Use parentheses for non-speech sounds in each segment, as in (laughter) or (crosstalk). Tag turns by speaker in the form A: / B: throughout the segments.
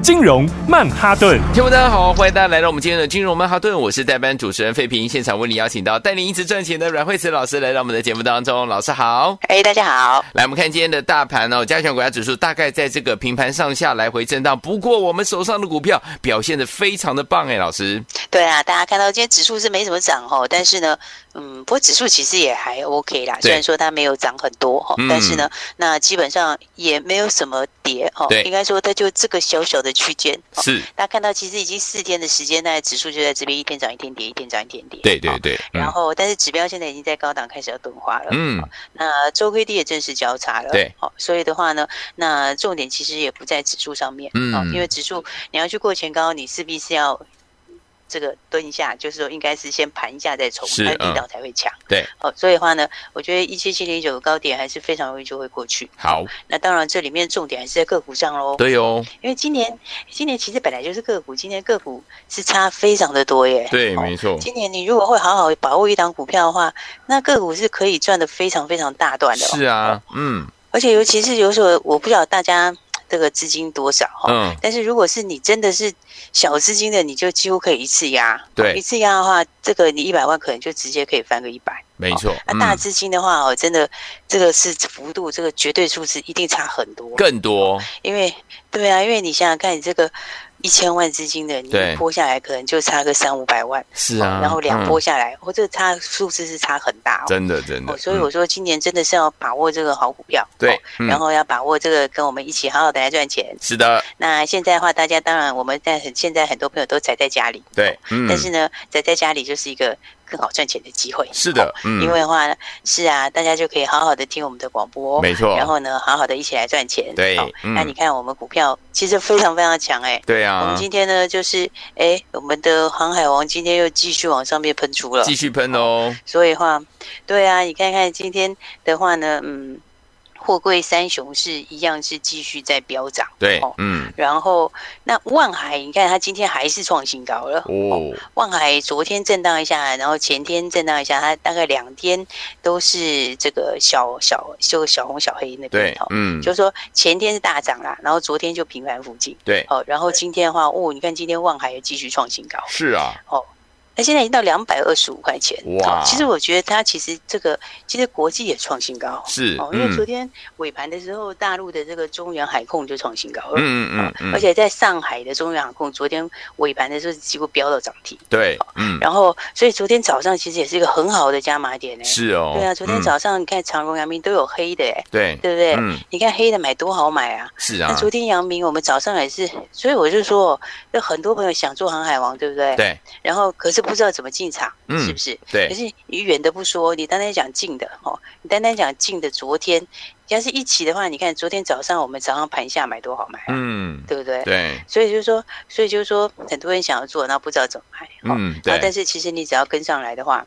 A: 金融曼哈顿。
B: 听众大家好，欢迎大家来到我们今天的金融曼哈顿，我是代班主持人费平，现场为你邀请到带你一直赚钱的阮慧慈老师来到我们的节目当中，老师好。
C: 哎，大家好。
B: 来，我们看今天的大盘哦，加权股价指数大概在这个平盘上下来回震荡，不过我们手上的股票表现的非常的棒哎，老师。
C: 对啊，大家看到今天指数是没怎么涨哦，但是呢，嗯，不过指数其实也还 OK 啦，虽然说它没有涨很多哈、哦
B: 嗯，
C: 但是呢，那基本上也没有什么跌哦
B: 对，
C: 应该说它就这个小小的区间。哦、
B: 是，
C: 大家看到其实已经四天的时间，那指数就在这边一天涨一天跌，一天涨一天跌。
B: 对对
C: 哦
B: 对，
C: 然后，但是指标现在已经在高档开始要钝化了。
B: 嗯
C: 哦，那周 K D 也正式交叉了。
B: 对，
C: 好、所以的话呢，那重点其实也不在指数上面。
B: 嗯
C: 哦因为指数你要去过前高，你势必是要这个蹲一下，就是说应该是先盘一下再冲，
B: 是
C: 它
B: 嗯
C: 力道才会强。
B: 对，
C: 好、所以的话呢，我觉得一七七零九高点还是非常容易就会过去。
B: 好，
C: 那当然，呃这里面重点还是在个股上喽。
B: 对哦，
C: 因为今年今年其实本来就是个股，今年个股是差非常的多耶。
B: 对，
C: 哦
B: 没错，
C: 今年你如果会好好把握一档股票的话，那个股是可以赚的非常非常大段的、哦。
B: 是啊，嗯
C: 而且尤其是有时候我不知道大家这个资金多少哈、
B: 嗯，
C: 但是如果是你真的是小资金的，你就几乎可以一次压。
B: 对
C: 一次压的话，这个你一百万可能就直接可以翻个一百。
B: 没错，
C: 呃那、
B: 嗯，
C: 大资金的话哦，真的这个是幅度，这个绝对数字一定差很多。
B: 更多，
C: 因为对啊，因为你想想看，你这个一千万资金的，你
B: 对
C: 一波下来可能就差个三五百万，
B: 是啊，
C: 然后两
B: 嗯
C: 波，下来，我、哦、这个差数字是差很大哦。
B: 真的真的，
C: 哦，所以
B: 嗯
C: 我说今年真的是要把握这个好股票，
B: 对
C: 哦，
B: 嗯
C: 然后要把握这个跟我们一起好好的来赚钱。
B: 是的，
C: 那现在的话，大家当然我们在很现在很多朋友都宅在家里，
B: 对，嗯
C: 但是呢，宅在家里就是一个更好赚钱的机会。
B: 是的
C: 哦，
B: 嗯
C: 因为的话是啊，大家就可以好好的听我们的广播，
B: 没错
C: 然后呢，好好的一起来赚钱。
B: 对嗯
C: 那你看我们股票其实非常非常强哎、
B: 对
C: 我
B: 啊
C: 们，今天呢，就是哎，我们的航海王今天又继续往上面喷出了，
B: 继续喷哦，
C: 所以的话，对啊，你看看今天的话呢，嗯，货柜三雄是一样是继续在飙涨，哦
B: 对，嗯，
C: 然后那万海，你看它今天还是创新高了。
B: 哦，
C: 万海昨天震荡一下，然后前天震荡一下，它大概两天都是这个小小就小红小黑那边
B: 对
C: 哦，，
B: 嗯，
C: 就是说前天是大涨啦，然后昨天就平盘附近。
B: 对，
C: 哦，然后今天的话，哦，你看今天万海也继续创新高，
B: 是啊，
C: 那现在已经到两百二十五块钱。
B: 哇
C: 哦其实我觉得它其实这个，其实国际也创新高。
B: 是，
C: 哦，因为昨
B: 嗯
C: 天尾盘的时候，大陆的这个中原海控就创新高了。
B: 嗯嗯
C: 哦
B: 嗯，
C: 而且在上海的中原海控，昨天尾盘的时候几乎飙到涨停，
B: 对，嗯，
C: 哦然后所以昨天早上其实也是一个很好的加码点呢。
B: 是哦，
C: 对啊，昨天
B: 嗯，
C: 早上你看长荣、阳明都有黑的哎，
B: 对，
C: 对不对？
B: 嗯，
C: 你看黑的买多好买啊！
B: 是
C: 那
B: 啊，
C: 昨天阳明我们早上也是，所以我就说，有很多朋友想做航海王，对不对？
B: 对
C: 然后可是不知道怎么进场，
B: 嗯
C: 是不是？可
B: 对，
C: 是你远的不说，你单单讲近的哦，你单单讲近的，昨天要是一起的话，你看昨天早上我们早上盘下买多好买啊，
B: 嗯，
C: 对不对？
B: 对，
C: 所以就是说，所以就是说，很多人想要做，然后不知道怎么买，哦，
B: 嗯，
C: 然后
B: 对，
C: 但是其实你只要跟上来的话，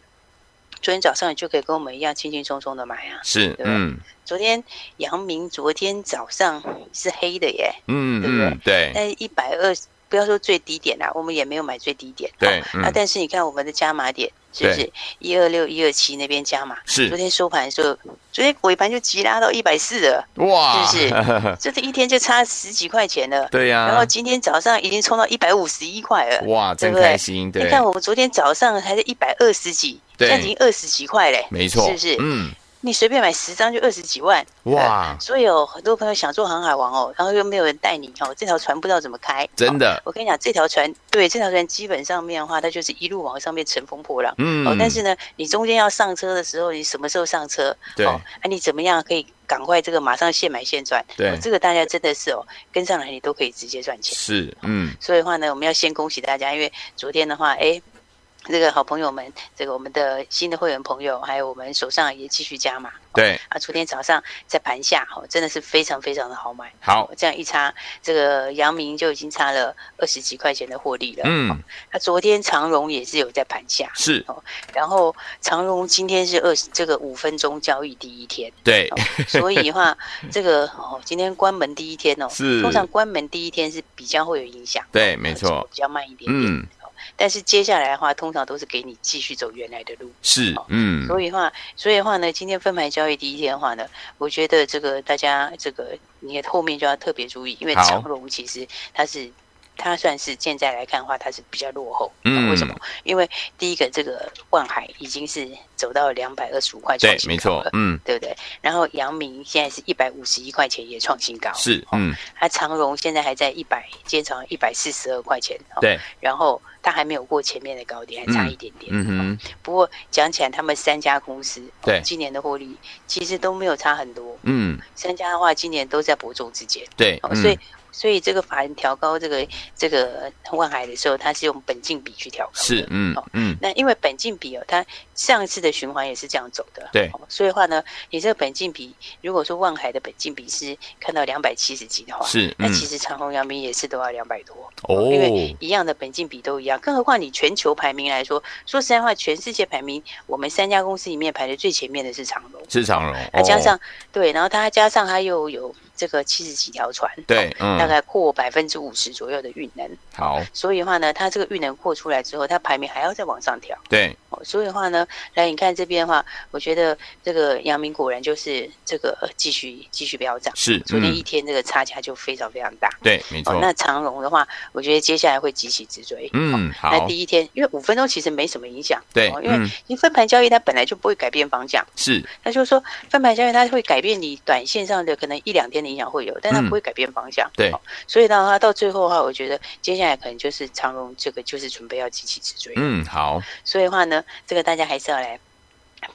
C: 昨天早上你就可以跟我们一样轻轻松松的买啊。
B: 是，
C: 对
B: 嗯
C: 昨天阳明昨天早上是黑的耶，
B: 嗯
C: 对不对哎
B: 嗯，对
C: 但是一百二十，不要说最低点啦、我们也没有买最低点。
B: 对
C: 哦，那、
B: 嗯，
C: 但是你看我们的加码点是不是一二六一二七那边加码？昨
B: 是
C: 天收盘的时候，昨天尾盘就急拉到一百四了，
B: 哇，
C: 是不这一天就差十几块钱了。
B: 对呀，
C: 然后今天早上已经冲到一百五十一块了。
B: 哇，
C: 对
B: 真
C: 不对
B: 开心，
C: 你
B: 对，
C: 看我们昨天早上还是一百二十几，
B: 对
C: 现在已经二十几块嘞，
B: 没错，
C: 是不是？
B: 嗯，
C: 你随便买十张就二十几万，
B: 哇，
C: 所以有很多朋友想做航海王哦，然后又没有人带你哦，这条船不知道怎么开。
B: 真
C: 哦
B: 的，
C: 我跟你讲，这条船对这条船基本上面的话，它就是一路往上面乘风破浪。
B: 嗯
C: 哦，，但是呢，你中间要上车的时候，你什么时候上车？
B: 对
C: 哦，啊，你怎么样可以赶快这个马上现买现赚？
B: 对
C: 哦这个大家真的是哦，跟上来你都可以直接赚钱。
B: 是，嗯，
C: 所以的话呢，我们要先恭喜大家，因为昨天的话，哎，这个好朋友们，这个我们的新的会员朋友，还有我们手上也继续加码
B: 对，
C: 啊。昨天早上在盘下，哦，真的是非常非常的好买。
B: 好，
C: 这样一差，这个阳明就已经差了二十几块钱的获利了。哦，
B: 嗯，
C: 那昨天长荣也是有在盘下，
B: 是
C: 然后长荣今天是二十这个五分钟交易第
B: (laughs)
C: 一天，
B: 对，
C: 所以的话，这个哦，今天关门第一天哦，
B: 是
C: 通常关门第一天是比较会有影响，
B: 对，没
C: 走
B: 错，
C: 比较慢一点点。
B: 嗯，
C: 但是接下来的话，通常都是给你继续走原来的路。哦
B: 是，嗯，
C: 所以的话，所以的话呢，今天分牌交易第一天的话呢，我觉得这个大家这个你也后面就要特别注意，因为
B: 好
C: 长荣其实它是它算是现在来看的话，它是比较落后。啊
B: 嗯
C: 为什么？因为第一个这个万海已经是走到两百二十五块创
B: 对，
C: 新
B: 没
C: 高
B: 错
C: 了，，
B: 嗯，
C: 对不对？然后阳明现在是一百五十一块钱也创新高，
B: 是，嗯，
C: 它长荣现在还在一百，今天早上一百四十二块钱，哦，
B: 对，
C: 然后它还没有过前面的高点，还差
B: 嗯
C: 一点点，
B: 嗯哼，
C: 不过讲起来，他们三家公司哦
B: 对
C: 今年的获利其实都没有差很多。
B: 嗯，
C: 三家的话，今年都在伯仲之间。
B: 对，
C: 哦，所以
B: 嗯，
C: 所以这个法人调高这个这个万海的时候，它是用本净比去调高的。
B: 是，嗯
C: 哦，
B: 嗯，
C: 那因为本净比哦，它上次的循环也是这样走的，
B: 对
C: 哦所以的话呢，你这个本净比，如果说万海的本净比是看到两百七十几的话，
B: 是，
C: 那
B: 嗯，
C: 其实长虹、阳明也是都要两百多，因
B: 哦
C: 为，一样的本金比都一样，更何况你全球排名来说，说实在话，全世界排名我们三家公司里面排的最前面的是长荣，
B: 是长荣，
C: 它加
B: 哦
C: 上、对，然后它加上它又有这个七十几条船，
B: 对，嗯，
C: 大概扩百分之五十左右的运能，
B: 好，
C: 所以的话呢，它这个运能扩出来之后，它排名还要再往上调。
B: 对，
C: 哦，所以的话呢，来你看这边的话，我觉得这个阳明果然就是这个呃继续继续飙涨，
B: 是，
C: 昨天一
B: 嗯，
C: 天这个差价就非常非常大。
B: 对，没
C: 哦
B: 错，，
C: 那长荣的话，我觉得接下来会急起直追。哦，
B: 嗯，
C: 那
B: 好，
C: 第一天，因为五分钟其实没什么影响，
B: 对
C: 哦，因
B: 嗯
C: 为，你分盘交易它本来就不会改变方向，
B: 是，
C: 那就是说分盘交易它会改变你短线上的可能一两天的影响会有，但它
B: 嗯
C: 不会改变方向。
B: 对
C: 哦所以的话到最后的话，我觉得接下来可能就是长荣这个就是准备要急起直追，
B: 嗯，好，
C: 所以的话呢，这个大家还是要来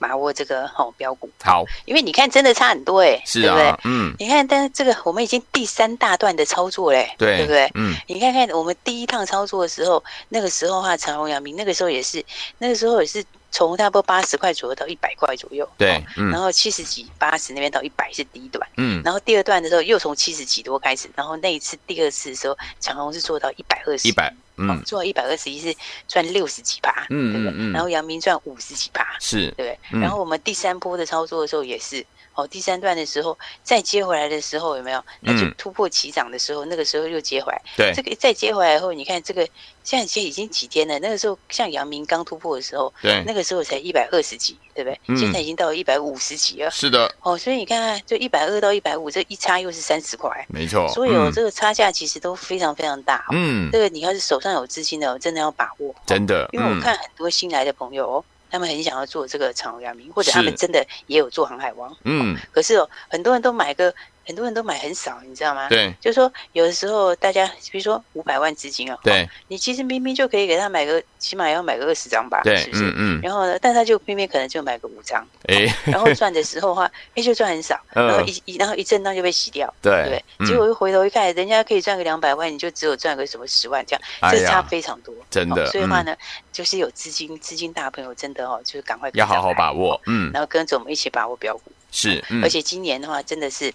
C: 把握这个哦标股，
B: 好，
C: 因为你看真的差很多哎、
B: 是
C: 对不对
B: 啊？，嗯，
C: 你看，但是这个我们已经第三大段的操作嘞、
B: 对，
C: 对不对？
B: 嗯，
C: 你看看我们第一趟操作的时候，那个时候的话，长荣、阳明那个时候也是，那个时候也是从差不多八十块左右到一百块左右，
B: 对
C: 哦，然
B: 嗯，
C: 后七十几、八十那边到一百是第一段，
B: 嗯，
C: 然后第二段的时候又从七十几多开始，然后那一次第二次的时候，长荣是做到一百二十，
B: 一百，
C: 哦
B: 嗯，，
C: 做到一百二十一是赚六十几趴，
B: 嗯
C: 对不对？
B: 嗯嗯
C: 然后阳明赚五十几趴，
B: 是，
C: 对不对？
B: 嗯
C: 然后我们第三波的操作的时候也是，哦，第三段的时候再接回来的时候有没有？那就
B: 嗯
C: 突破起涨的时候，那个时候又接回来。
B: 对
C: 这，个再接回来后，你看这个现在其实已经几天了。那个时候像阳明刚突破的时候，
B: 对，
C: 那个时候才一百二十几，对不对？
B: 嗯
C: 现在已经到一百五十几了。
B: 是的，
C: 哦，所以你看看，就一百二到一百五，这一差又是三十块，
B: 没错，
C: 所以哦，
B: 嗯
C: 这个差价其实都非常非常大哦。
B: 嗯
C: 这，个你要是手上有资金的哦，真的要把握。
B: 真的，
C: 因为我
B: 嗯，
C: 看很多新来的朋友哦，他们很想要做这个长荣阳明，或者他们
B: 是
C: 真的也有做航海王，
B: 嗯，
C: 可是哦，很多人都买个，很多人都买很少，你知道吗？
B: 对，
C: 就是说，有的时候大家，比如说五百万资金哦，
B: 对，
C: 你其实明明就可以给他买个，起码要买个二十张吧，
B: 对
C: 是，不是？
B: 嗯嗯，
C: 然后呢，但他就偏偏可能就买个
B: (laughs)
C: 五张，
B: 哎，
C: 然后赚的时候的话，哎，就赚很少，
B: (laughs) 嗯哎
C: 然后一一然后一震荡就被洗掉，对不
B: 对嗯
C: 对，？结果一回头一看，人家可以赚个两百万，你就只有赚个什么十万这样，
B: 哎
C: 这差
B: 呀，
C: 非常多。
B: 真
C: 哦
B: 的，
C: 所以的话
B: 嗯，
C: 呢，就是有资金资金大的朋友真的哦，就是赶快跟
B: 要好
C: 上
B: 好
C: 来
B: 把握，，嗯，
C: 然后跟着我们一起把握标股，
B: 是，嗯
C: 而，且今年的话真的是，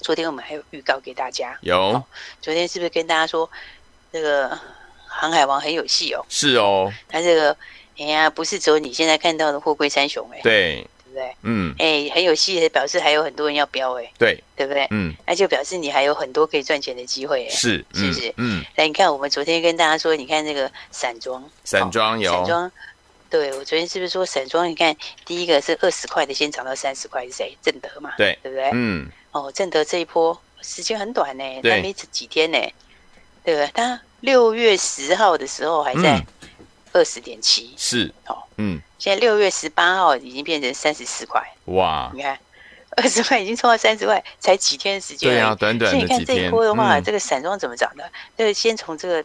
C: 昨天我们还有预告给大家，
B: 有，
C: 昨天是不是跟大家说那个航海王很有戏哦？
B: 是哦，
C: 他这个哎呀，不是只有你现在看到的货柜三雄哎，
B: 对，
C: 对不对？
B: 嗯，
C: 哎，很有戏，表示还有很多人要标哎，
B: 对，
C: 对不对？
B: 嗯，
C: 那就表示你还有很多可以赚钱的机会哎。
B: 是，
C: 是
B: 嗯
C: 不是
B: 嗯，
C: 来，你看我们昨天跟大家说，你看这个散装，
B: 散装有
C: 哦散，装，对我昨天是不是说散装？你看第一个是二十块的，先涨到三十块，是谁？正德嘛，
B: 对，
C: 对不对？
B: 嗯，
C: 哦，正德这一波时间很短呢，欸
B: 对
C: 才没几几天呢，对不对？它六月十号的时候还在
B: 嗯
C: 二十点七，
B: 是
C: 哦，
B: 嗯，
C: 现在六月十八号已经变成三十四块，
B: 哇，
C: 你看二十块已经冲到三十块，才几天的时间而已。
B: 对啊，短短
C: 所以
B: 的
C: 你看
B: 几
C: 这一
B: 天，
C: 波的话，
B: 嗯
C: 这个散装怎么涨的？这个先从这个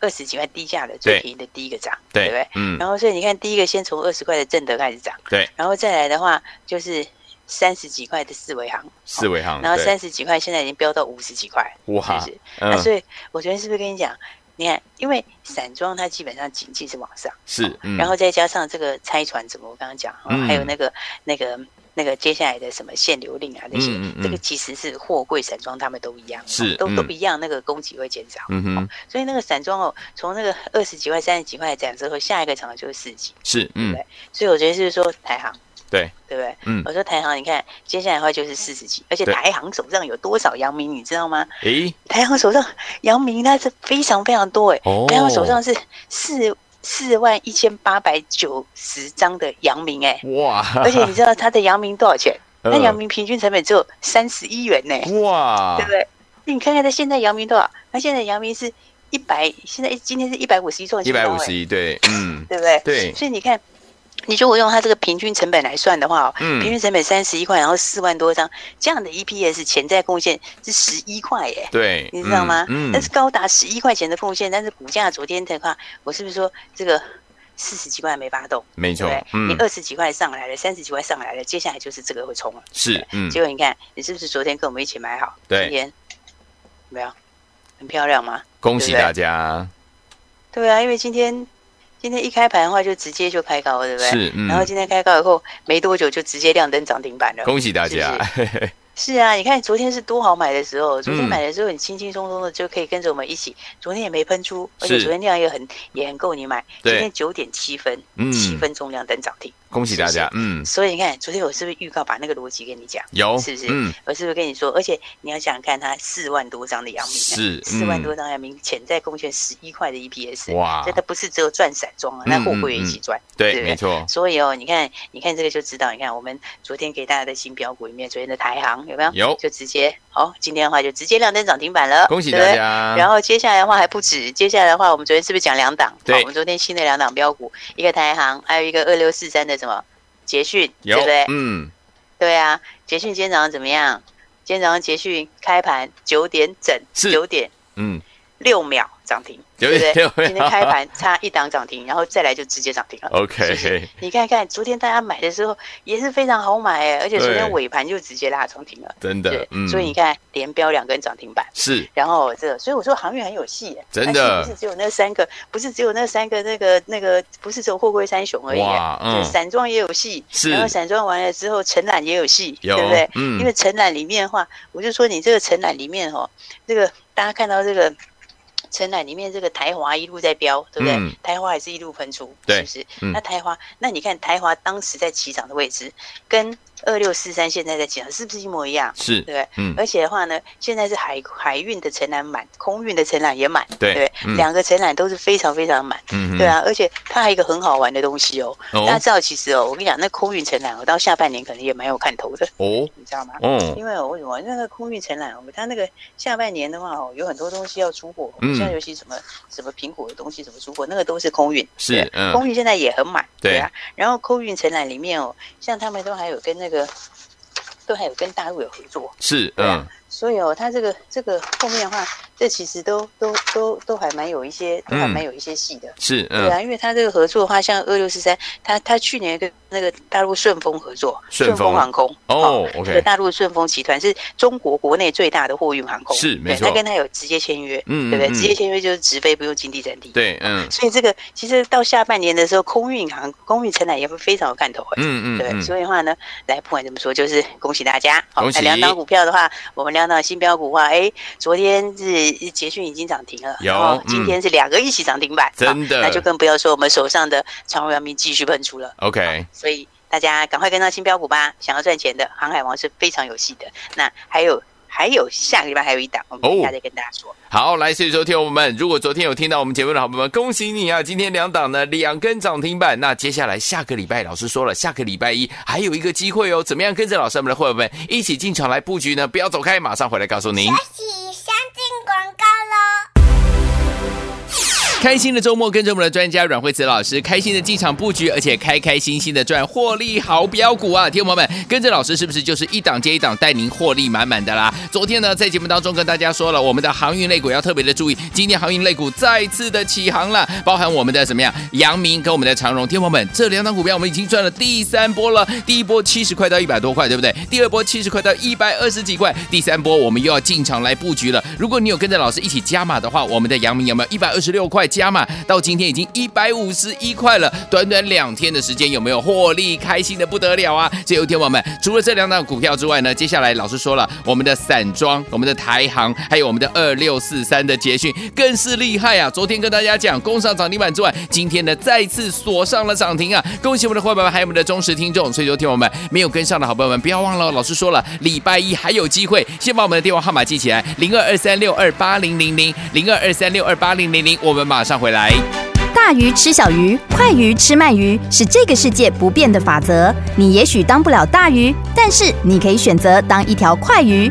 C: 二十几块低价的
B: 对
C: 最便宜的第一个涨，对不对
B: 对？，嗯，
C: 然后所以你看，第一个先从二十块的正德开始涨，
B: 对，
C: 然后再来的话就是三十几块的四维行，
B: 四维行，
C: 然后
B: 嗯对
C: 三十几块现在已经飙到五十几块，是啊
B: 哇
C: 不，是？那、
B: 嗯，
C: 所以我昨天是不是跟你讲，你看，因为散装它基本上景气是往上，
B: 是，嗯
C: 哦然后再加上这个拆船子，我刚刚讲，哦
B: 嗯
C: 还有那个那个那个接下来的什么限流令啊那些，
B: 嗯嗯嗯
C: 这个其实是货柜散装他们都一样，
B: 是
C: 哦都、都
B: 嗯
C: 一样，那个供给会减少，
B: 嗯哼，
C: 所以那个散装哦，从那个二十几块、三十几块讲之后，下一个厂商就是四十几，
B: 是，嗯，
C: 所以我觉得是说台行，
B: 对，
C: 对不对？
B: 嗯，
C: 我说台行，你看接下来的话就是四十几，而且
B: 对
C: 台行手上有多少阳明，你知道吗？
B: 诶，
C: 台行手上阳明它是非常非常多哎、
B: 哦，
C: 台行手上是四四万一千八百九十张的阳明哎、
B: 哦哇，
C: 而且你知道它的阳明多少钱？那
B: 啊嗯
C: 阳明平均成本只有三十一元呢、
B: 哇
C: 对不，对？你看看它现在阳明多少？它现在阳明是一百，现在今天是一百五十一创
B: 一
C: 新高、
B: 百
C: 哎
B: 五十一，对，嗯，
C: 对不对？
B: 对
C: 所以你看，你如果用它这个平均成本来算的话、哦，
B: 嗯
C: 平均成本三十一块，然后四万多张，这样的 EPS 潜在贡献是十一块耶。
B: 对，
C: 你知道吗？
B: 嗯，
C: 那是高达十一块钱的贡献，但是股价昨天的话，我是不是说这个四十几块没发动，
B: 没
C: 对
B: 错
C: 不对？，
B: 嗯
C: 你，二十几块上来了，三十几块上来了，接下来就是这个会冲了。
B: 是，嗯，
C: 结果你看，你是不是昨天跟我们一起买好？今
B: 对，
C: 天有没有很漂亮吗？
B: 恭喜
C: 对不对
B: 大家，
C: 对啊，因为今天今天一开盘的话，就直接就开高了，对不对？
B: 是，
C: 然后
B: 嗯，
C: 今天开高以后没多久就直接亮灯涨停板了。
B: 恭喜大家，
C: 是啊，你看昨天是多好买的时候，昨天
B: 嗯
C: 买的时候你轻轻松松的就可以跟着我们一起，昨天也没喷出，而且
B: 是
C: 昨天量也很也很够你买。
B: 对
C: 今天九点七分，
B: 嗯
C: 七分钟亮灯涨停，
B: 恭喜大家，嗯，
C: 所以你看昨天我是不是预告把那个逻辑跟你讲？
B: 有，
C: 是不是
B: 嗯，
C: 我是不是跟你说？而且你要想想看，它四万多张的阳明，啊
B: 是
C: 四万
B: 嗯
C: 多张阳明潜在贡献十一块的 E EPS，
B: 哇
C: 这，它不是只有赚散装啊，
B: 嗯
C: 那货柜也一起
B: 嗯
C: 赚。对
B: 对，
C: 不对
B: 没错，
C: 所以哦，你看，你看这个就知道，你看我们昨天给大家的新标股里面，昨天的台行有没有？
B: 有
C: 就直接好、今天的话就直接亮灯涨停板了，
B: 恭喜大
C: 对不对。
B: 家，
C: 然后接下来的话还不止，接下来的话我们昨天是不是讲两档？
B: 对
C: 好我们昨天新的两档标股，一个台行，还有一个二六四三的什么捷讯，对
B: 有
C: 不对？，
B: 嗯，
C: 对啊，捷讯今天早上怎么样？今天早上捷讯开盘九点整，
B: 是
C: 九点
B: 嗯，
C: 六秒涨停，
B: 九
C: 对不
B: 点
C: 对？
B: 六
C: 今天开盘差一档涨停，然后再来就直接涨停了。是不
B: (laughs)
C: 是
B: ，OK，
C: 你看看昨天大家买的时候也是非常好买哎、而且昨天
B: 对
C: 尾盘就直接拉涨停了，
B: 真
C: 对
B: 的，，嗯，
C: 所以你看连标两根涨停板。
B: 是
C: 然后这个，所以我说航运很有戏、哎
B: 真的
C: 但是不是只有那三个，不是只有那三个，那个那个，不是只有货柜三雄而已、哎
B: 哇，嗯
C: 对，散装也有戏，
B: 是
C: 然后散装完了之后，承揽也有戏，
B: 有
C: 对不对？
B: 嗯
C: 因为承揽里面的话，我就说你这个承揽里面哦，这个大家看到这个承揽里面这个台华一路在飙，对不对？
B: 嗯
C: 台华也是一路喷出，
B: 对
C: 是不是？
B: 嗯
C: 那台华，那你看台华当时在起涨的位置，跟二六四三现在在起涨是不是一模一样？对不
B: 是，
C: 对？
B: 嗯，
C: 而且的话呢，现在是海海运的承揽满，空运的承揽也满，
B: 对
C: 不对？
B: 嗯
C: 两个承揽都是非常非常满，
B: 嗯
C: 对，啊。而且它还有一个很好玩的东西哦，
B: 哦
C: 大家知道，其实哦，我跟你讲，那空运承揽，我到下半年可能也蛮有看头的，
B: 哦，
C: 你知道吗？
B: 哦，
C: 因为哦，为什么那个空运承揽，哦，它那个下半年的话哦，有很多东西要出货，
B: 嗯
C: 现在尤其什么什么苹果的东西怎么出货，那个都是空运。啊
B: 是，嗯，
C: 空运现在也很满，
B: 对
C: 啊。然后空运承揽里面哦，像他们都还有跟那个，都还有跟大陆有合作，
B: 是，
C: 对啊
B: 嗯，
C: 所以哦，它这个这个后面的话，这其实都都都都还蛮有一些，都还
B: 嗯
C: 蛮有一些戏的。
B: 是，
C: 对
B: 嗯，
C: 啊，因为它这个合作的话，像二六四三，它它去年跟那个大陆顺丰合作，
B: 顺丰
C: 航空
B: 哦
C: 这个
B: ，OK，
C: 大陆顺丰集团是中国国内最大的货运航空，
B: 是没
C: 对
B: 错
C: 它跟它有直接签约，
B: 嗯嗯
C: 对不
B: 嗯
C: 对？直接签约就是直飞，不用经地占地。，
B: 对，嗯，
C: 所以这个其实到下半年的时候，空运航空运承揽也会非常有看头、哎。
B: 嗯嗯
C: 对，
B: 嗯，
C: 所以的话呢，来不管怎么说，就是恭喜大家。
B: 恭喜
C: 那两档股票的话，我们两档新标股的话，哎，昨天是捷讯已经涨停了，
B: 有
C: 然后今
B: 嗯
C: 天是两个一起涨停板，
B: 真的
C: 好那就更不要说我们手上的长荣、阳明继续喷出了。
B: ，OK，
C: 所以大家赶快跟上新标股吧，想要赚钱的航海王是非常有戏的。那还有还有下个礼拜还有一档，我们
B: 哦
C: 等一下再跟大家说。
B: 好，来，所以说，听我们，如果昨天有听到我们节目的好朋友们，恭喜你啊！今天两档呢，两根涨停板。那接下来下个礼拜，老师说了，下个礼拜一还有一个机会哦。怎么样跟着老师我们的伙伴们一起进场来布局呢？不要走开，马上回来告诉您。
D: 起相进广告喽。
B: 开心的周末，跟着我们的专家阮慧慈老师，开心的进场布局，而且开开心心的赚获利好标股啊！听众朋友们，跟着老师是不是就是一档接一档带您获利满满的啦？昨天呢，在节目当中跟大家说了，我们的航运类股要特别的注意，今天航运类股再次的起航了，包含我们的怎么样，阳明跟我们的长荣，听众朋友们，这两档股票我们已经赚了第三波了，第一波七十块到一百多块，对不对？第二波七十块到一百二十几块，第三波我们又要进场来布局了。如果你有跟着老师一起加码的话，我们的阳明有没有一百二十六块加码？到今天已经一百五十一块了，短短两天的时间有没有获利？开心的不得了啊！所以，有天我们除了这两档股票之外呢，接下来老师说了，我们的散装、我们的台航，还有我们的二六四三的捷讯更是厉害啊！昨天跟大家讲攻上涨停板之外，今天呢再次锁上了涨停啊！恭喜我们的伙伴们，还有我们的忠实听众。所以，有天我们没有跟上的好朋友们，不要忘了，老师说了，礼拜一还有机会，先把我们的电话号码记起来：零二二三六二八零零零零二二三六二八零零零。我们马上回来。
D: 大鱼吃小鱼，快鱼吃慢鱼，是这个世界不变的法则。你也许当不了大鱼，但是你可以选择当一条快鱼。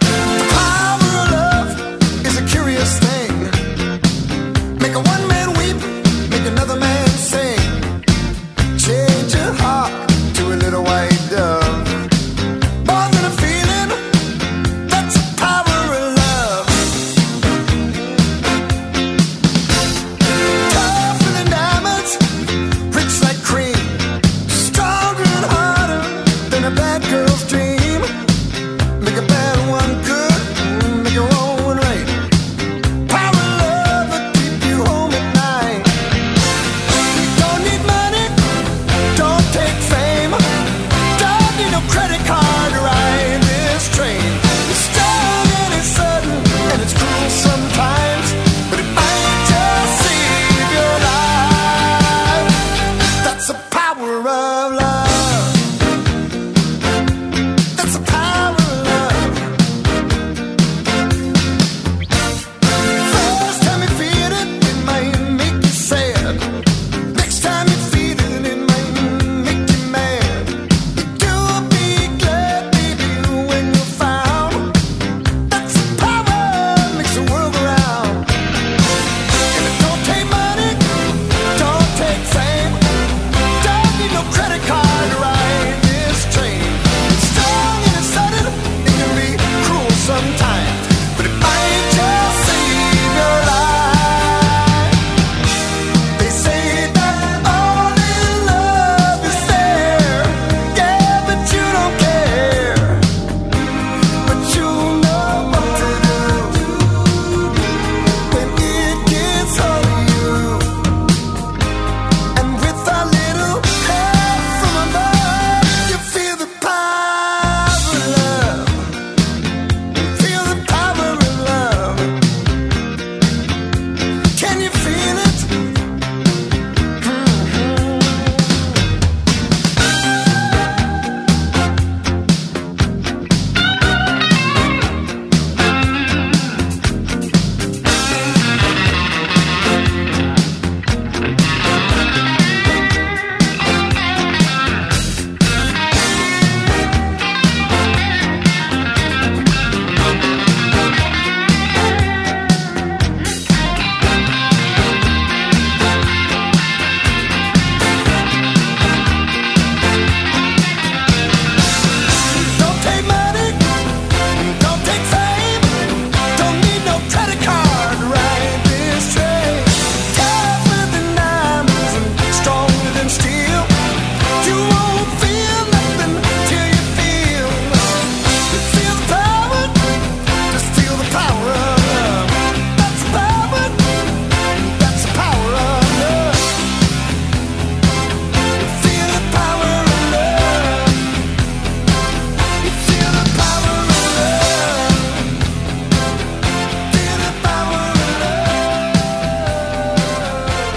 E: Power of love is a curious thing. Make a one man weep, make another man sing. Change your heart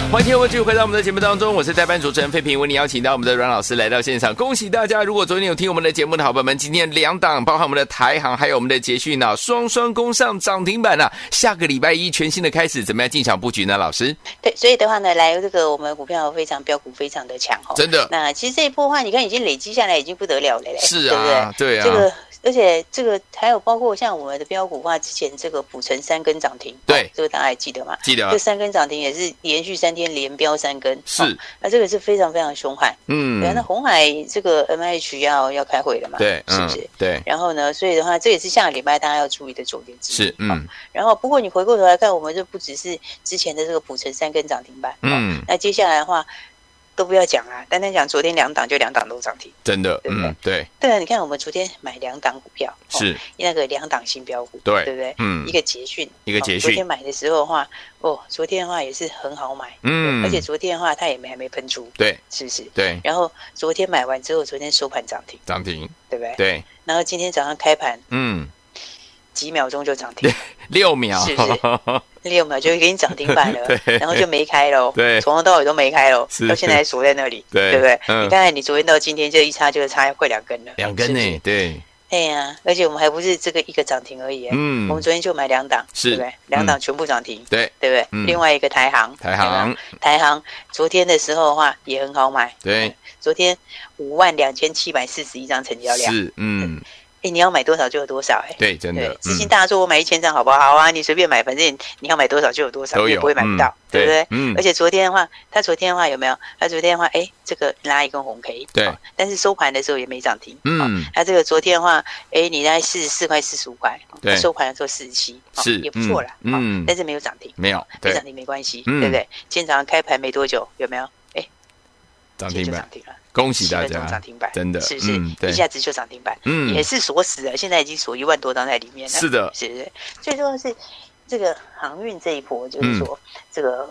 B: 欢迎各位继续回到我们的节目当中，我是代班主持人费平，为您邀请到我们的阮老师来到现场，恭喜大家！如果昨天有听我们的节目的好朋友们，今天两档，包含我们的台航还有我们的捷讯啊，双双攻上涨停板啊！下个礼拜一全新的开始，怎么样进场布局呢？老师，
C: 对，所以的话呢，来这个我们股票非常标股非常的强哦。
B: 真的
C: 那其实这一波的话，你看已经累积下来已经不得了了嘞，
B: 是
C: 对不对
B: 啊？，对啊，
C: 这个，而且这个还有包括像我们的标股的话，之前这个普成三根涨停，
B: 对
C: 哦这个大家还记得吗？
B: 记得啊
C: 这，三根涨停也是连续三天连标三根，
B: 是
C: 哦那这个是非常非常凶悍。
B: 嗯
C: 对啊，那红海这个 M H 要要开会了嘛？
B: 对，
C: 是
B: 嗯
C: 不是？，
B: 对，
C: 然后呢，所以的话，这也是下个礼拜大家要注意的重点之一。
B: 是，嗯
C: 然后，不过你回过头来看，我们就不只是之前的这个普成三根涨停板，哦，
B: 嗯，
C: 那接下来的话都不要讲啊，单单讲昨天两档就两档都涨停。
B: 真的，
C: 对不对
B: 嗯，对，
C: 对啊，你看我们昨天买两档股票，哦
B: 是，
C: 那个两档新标股，
B: 对
C: 对不对？
B: 嗯
C: 一个捷讯，
B: 一个捷
C: 哦
B: 讯
C: 昨天买的时候的话，哦，昨天的话也是很好买，
B: 嗯
C: 而且昨天的话它也没还没喷出，
B: 对，
C: 是不是？
B: 对，
C: 然后昨天买完之后，昨天收盘涨停，
B: 涨停，
C: 对不对？
B: 对，
C: 然后今天早上开盘
B: 嗯，
C: 几秒钟就涨停，
B: 六秒，
C: 是不六秒就给你涨停板
B: (laughs) 对
C: 了，然后就没开喽，
B: (laughs) 对
C: 从头到尾都没开喽
B: 是，
C: 到现在还锁在那里，
B: 对
C: 不对？
B: 嗯
C: 你看看你昨天到今天这一差就是差快两根了，
B: (laughs) 两根
C: 是不
B: 呢
C: 是，
B: 对，
C: 哎呀，而且我们还不是这个一个涨停而已，
B: 嗯
C: 我们昨天就买两档，
B: 是
C: 对不对？两档全部涨停，
B: 对，
C: 对不对？
B: 嗯
C: 另外一个台行，
B: 台航
C: 有没有，台行昨天的时候的话也很好买，
B: 对
C: 嗯，昨天五万两千七百四十一张成交量，
B: 是，嗯，
C: 哎，你要买多少就有多少，哎，
B: 对，真的
C: 对，，之前
B: 嗯，
C: 大家说我买一千张好不好？好啊，你随便买，反正你要买多少就有多少，
B: 都
C: 你也
B: 有
C: 不会买
B: 嗯
C: 不到，对不
B: 对
C: 对？
B: 嗯
C: 而且昨天的话，他昨天的话有没有？他昨天的话，哎，这个拉一根红 K，
B: 对
C: 哦但是收盘的时候也没涨停，
B: 嗯
C: 哦那这个昨天的话，哎，你在四十四块、四十五块，哦
B: 对
C: 那收盘的时候四十七，哦
B: 是
C: 也不错啦，
B: 嗯
C: 哦
B: 嗯
C: 但是没有涨停，
B: 没有，
C: 没
B: 对
C: 涨，停没关系，
B: 嗯
C: 对不对？今天早上开盘没多久，有没有？哎，
B: 涨
C: 今
B: 停
C: 天就
B: 板
C: 涨，停了。
B: 恭喜大
C: 10分钟
B: 家
C: 涨停板，
B: 真的，
C: 是不是
B: 嗯，对
C: 一，下子就涨停板？
B: 嗯
C: 也是锁死了，现在已经锁一万多张在里面了。
B: 是的
C: 是不是？最重要的是这个航运这一波，
B: 嗯
C: 就是说这个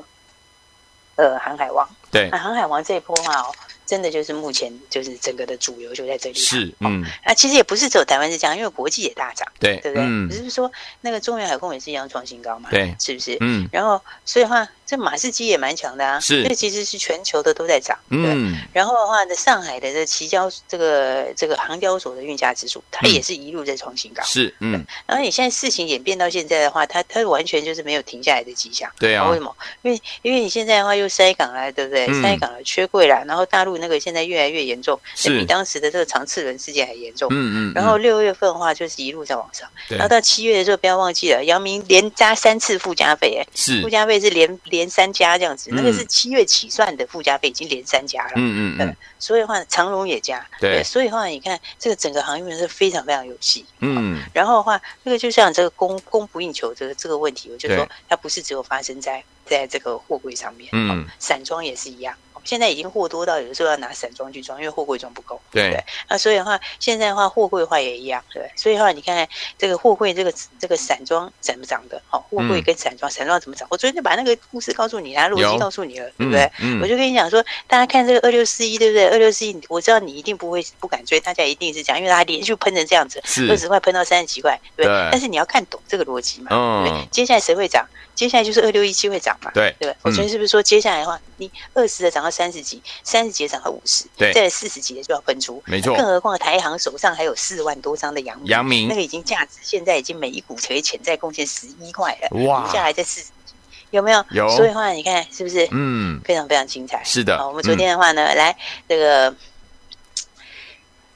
C: 呃航海王，
B: 对
C: 那，航海王这一波的话哦，真的就是目前就是整个的主流就在这里。
B: 是，
C: 哦
B: 嗯，
C: 那其实也不是只有台湾是这样，因为国际也大涨，
B: 对，
C: 对不对？
B: 嗯
C: 不，是说那个中原海空也是一样创新高嘛？
B: 对
C: 是不是？
B: 嗯，
C: 然后，所以的话，这马士基也蛮强的啊，
B: 是
C: 所以其实是全球的都在涨，对不对
B: 嗯，
C: 然后的话呢，上海的这期交这个这个航交所的运价指数，它也是一路在创新高。
B: 是，嗯，
C: 然后你现在事情演变到现在的话，它它完全就是没有停下来的迹象。
B: 对啊
C: 为，什么？因为因为你现在的话又塞港啦，对不对？
B: 嗯
C: 塞港了，缺柜啦，然后大陆那个现在越来越严重，
B: 是
C: 那比当时的这个长次轮事件还严重。
B: 嗯嗯，
C: 然后
B: 嗯
C: 六月份的话就是一路在往上，
B: 对
C: 然后到七月的时候不要忘记了，阳明连加三次附加费、哎，
B: 是
C: 附，加费是连连三加这样子，那个
B: 嗯
C: 是七月起算的附加费已经连三加了。
B: 嗯嗯嗯，
C: 所以的话，长荣也加，
B: 对
C: 所以的话，你看这个整个航运是非常非常有戏。
B: 嗯，
C: 然后的话，这个就像这个供供不应求这个这个问题，我就说
B: 对
C: 它不是只有发生在在这个货柜上面，
B: 嗯
C: 哦散装也是一样。哦现在已经货多到有的时候要拿散装去装，因为货柜装不够。
B: 对
C: 不那所以的话，现在的话货柜的话也一样，对不对。所以的话，你看这个货柜这个这个散装怎么涨的？哦，货柜
B: 嗯
C: 跟散装，散装怎么涨？我昨天就把那个故事告诉你啦，逻
B: 有
C: 辑告诉你了，对
B: 嗯
C: 不对？
B: 嗯
C: 我就跟你讲说，大家看这个二六四一，对不对？二六四一，我知道你一定不会不敢追，大家一定是这样，因为它连续喷成这样子，
B: 是
C: 二十块喷到三十几块，对不对
B: 对
C: 但是你要看懂这个逻辑嘛，
B: 嗯
C: 对不对？接下来谁会涨？接下来就是二六一七会涨嘛，
B: 对嗯
C: 对不对？我昨天是不是说接下来的话，你二十的涨到三十几，三十几的涨到五十，
B: 对
C: 再四十几的就要喷出，
B: 没错
C: 更何况台行手上还有四万多张的阳明，
B: 阳明
C: 那个已经价值现在已经每一股可以潜在贡献十一块了，
B: 哇
C: 股价还在四十几，有没有？
B: 有
C: 所以的话，你看是不是？
B: 嗯，
C: 非常非常精彩。
B: 是的嗯
C: 好，我们昨天的话呢，来这个嘖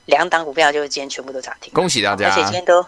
C: 两档股票，就是今天全部都涨停，
B: 恭喜大
C: 而
B: 家
C: 且，今天都，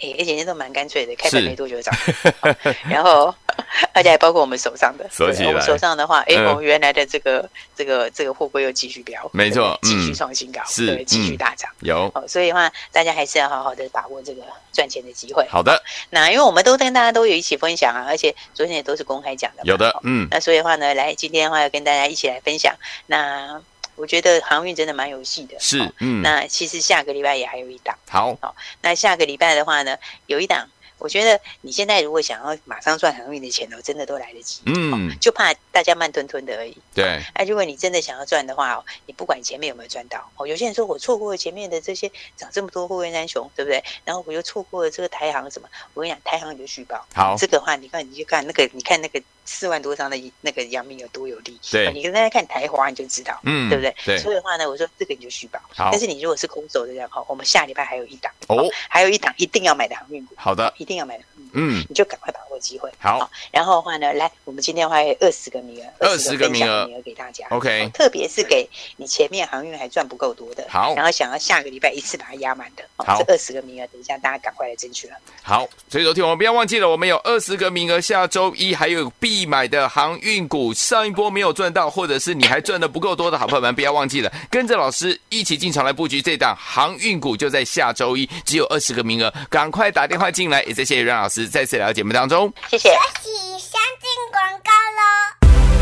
C: 诶而且今天都蛮干脆的，开盘
B: 是
C: 没多久就涨
B: (laughs)
C: 停，好然后 (laughs) 而且还包括我们手上的，
B: 锁起来
C: 对我们手上的话，诶，
B: 嗯
C: 我们原来的这个这个这个货柜又继续飙，
B: 没错
C: 对继
B: 嗯
C: 续创新高，
B: 是
C: 对，继续
B: 嗯
C: 大涨。
B: 有，
C: 哦，所以的话，大家还是要好好的把握这个赚钱的机会。
B: 好的，
C: 那因为我们都跟大家都有一起分享啊，而且昨天也都是公开讲的嘛，
B: 有的
C: 哦，
B: 嗯，
C: 那所以的话呢，来今天的话要跟大家一起来分享。那我觉得航运真的蛮有戏的，
B: 是
C: 哦，
B: 嗯，
C: 那其实下个礼拜也还有一档，
B: 好，
C: 那下个礼拜的话呢，有一档我觉得你现在如果想要马上赚航运的钱哦，真的都来得及，
B: 嗯，
C: 就怕大家慢吞吞的而已。
B: 对，
C: 哎、如果你真的想要赚的话哦，你不管前面有没有赚到哦，有些人说我错过了前面的这些涨这么多货柜三雄，对不对？然后我又错过了这个台行什么？我跟你讲，台行你就续报。
B: 好，
C: 这个话，你看，你就看那个，你看那个四万多张的那个阳明有多有力，
B: 对
C: 哦你跟大家看台华你就知道，
B: 嗯
C: 对不对？
B: 对
C: 所以的话呢，我说这个你就续保，
B: 好
C: 但是你如果是空手的人哈，哦我们下礼拜还有一档
B: 哦
C: 还有一档一定要买的航运股，
B: 好的，
C: 一定要买的航运股，
B: 嗯，
C: 你就赶快把握机会。
B: 好
C: 然后的话呢，来，我们今天花二十个名额，
B: 20个
C: 分
B: 名
C: 享
B: 额
C: 的名额给大家。
B: OK
C: 哦特别是给你前面航运还赚不够多的，
B: 好
C: 然后想要下个礼拜一次把它压满的，哦
B: 好
C: 这二十个名额，等一下大家赶快来争取了。
B: 好，所以昨天我们不要忘记了，我们有二十个名额，下周一还有必买的航运股，上一波没有赚到，或者是你还赚的不够多的好朋友们，不要忘记了，跟着老师一起进场来布局这档航运股，就在下周一，只有二十个名额，赶快打电话进来，也谢谢阮老师再次来到节目当中。
C: 谢谢。
F: 起相进广告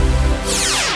F: 喽。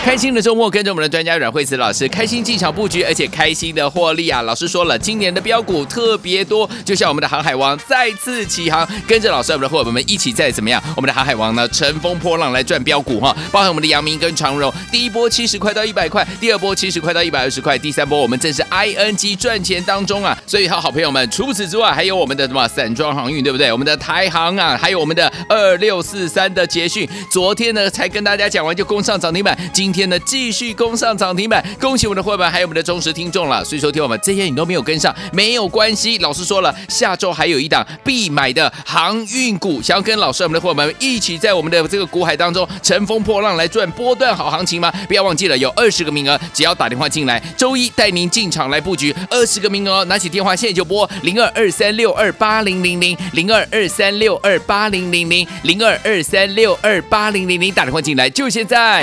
B: 开心的周末，跟着我们的专家阮慧慈老师开心进场布局，而且开心的获利啊！老师说了，今年的标股特别多，就像我们的航海王再次起航，跟着老师我们的伙伴们一起在怎么样？我们的航海王呢乘风破浪来赚标股哈，包含我们的阳明跟长荣，第一波七十块到一百块，第二波七十块到一百二十块，第三波我们正是 ING 赚钱当中啊！所以好好朋友们，除此之外，还有我们的什么散装航运对不对？我们的台航啊，还有我们的二六四三的捷讯，昨天呢才跟大家讲完就攻上涨停板，今天呢继续攻上涨停板，恭喜我们的伙伴还有我们的忠实听众了。所以说，听我们这些你都没有跟上，没有关系。老师说了，下周还有一档必买的航运股，想要跟老师我们的伙伴们一起在我们的这个股海当中乘风破浪来赚波段好行情吗？不要忘记了，有二十个名额，只要打电话进来，周一带您进场来布局二十个名额哦，拿起电话现在就拨零二二三六二八零零零零二二三六二八零零零零二二三六二八零零零，打电话进来就现在。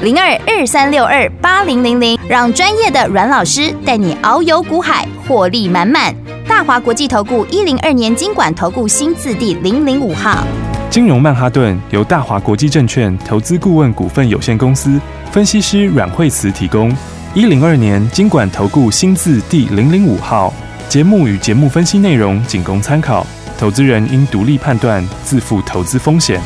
D: 零二二三六二八零零零，让专业的阮老师带你遨游股海，获利满满。大华国际投顾一零二年经管投顾新字第零零五号。
A: 金融曼哈顿由大华国际证券投资顾问股份有限公司分析师阮惠慈提供。一零二年经管投顾新字第零零五号。节目与节目分析内容仅供参考，投资人应独立判断，自负投资风险。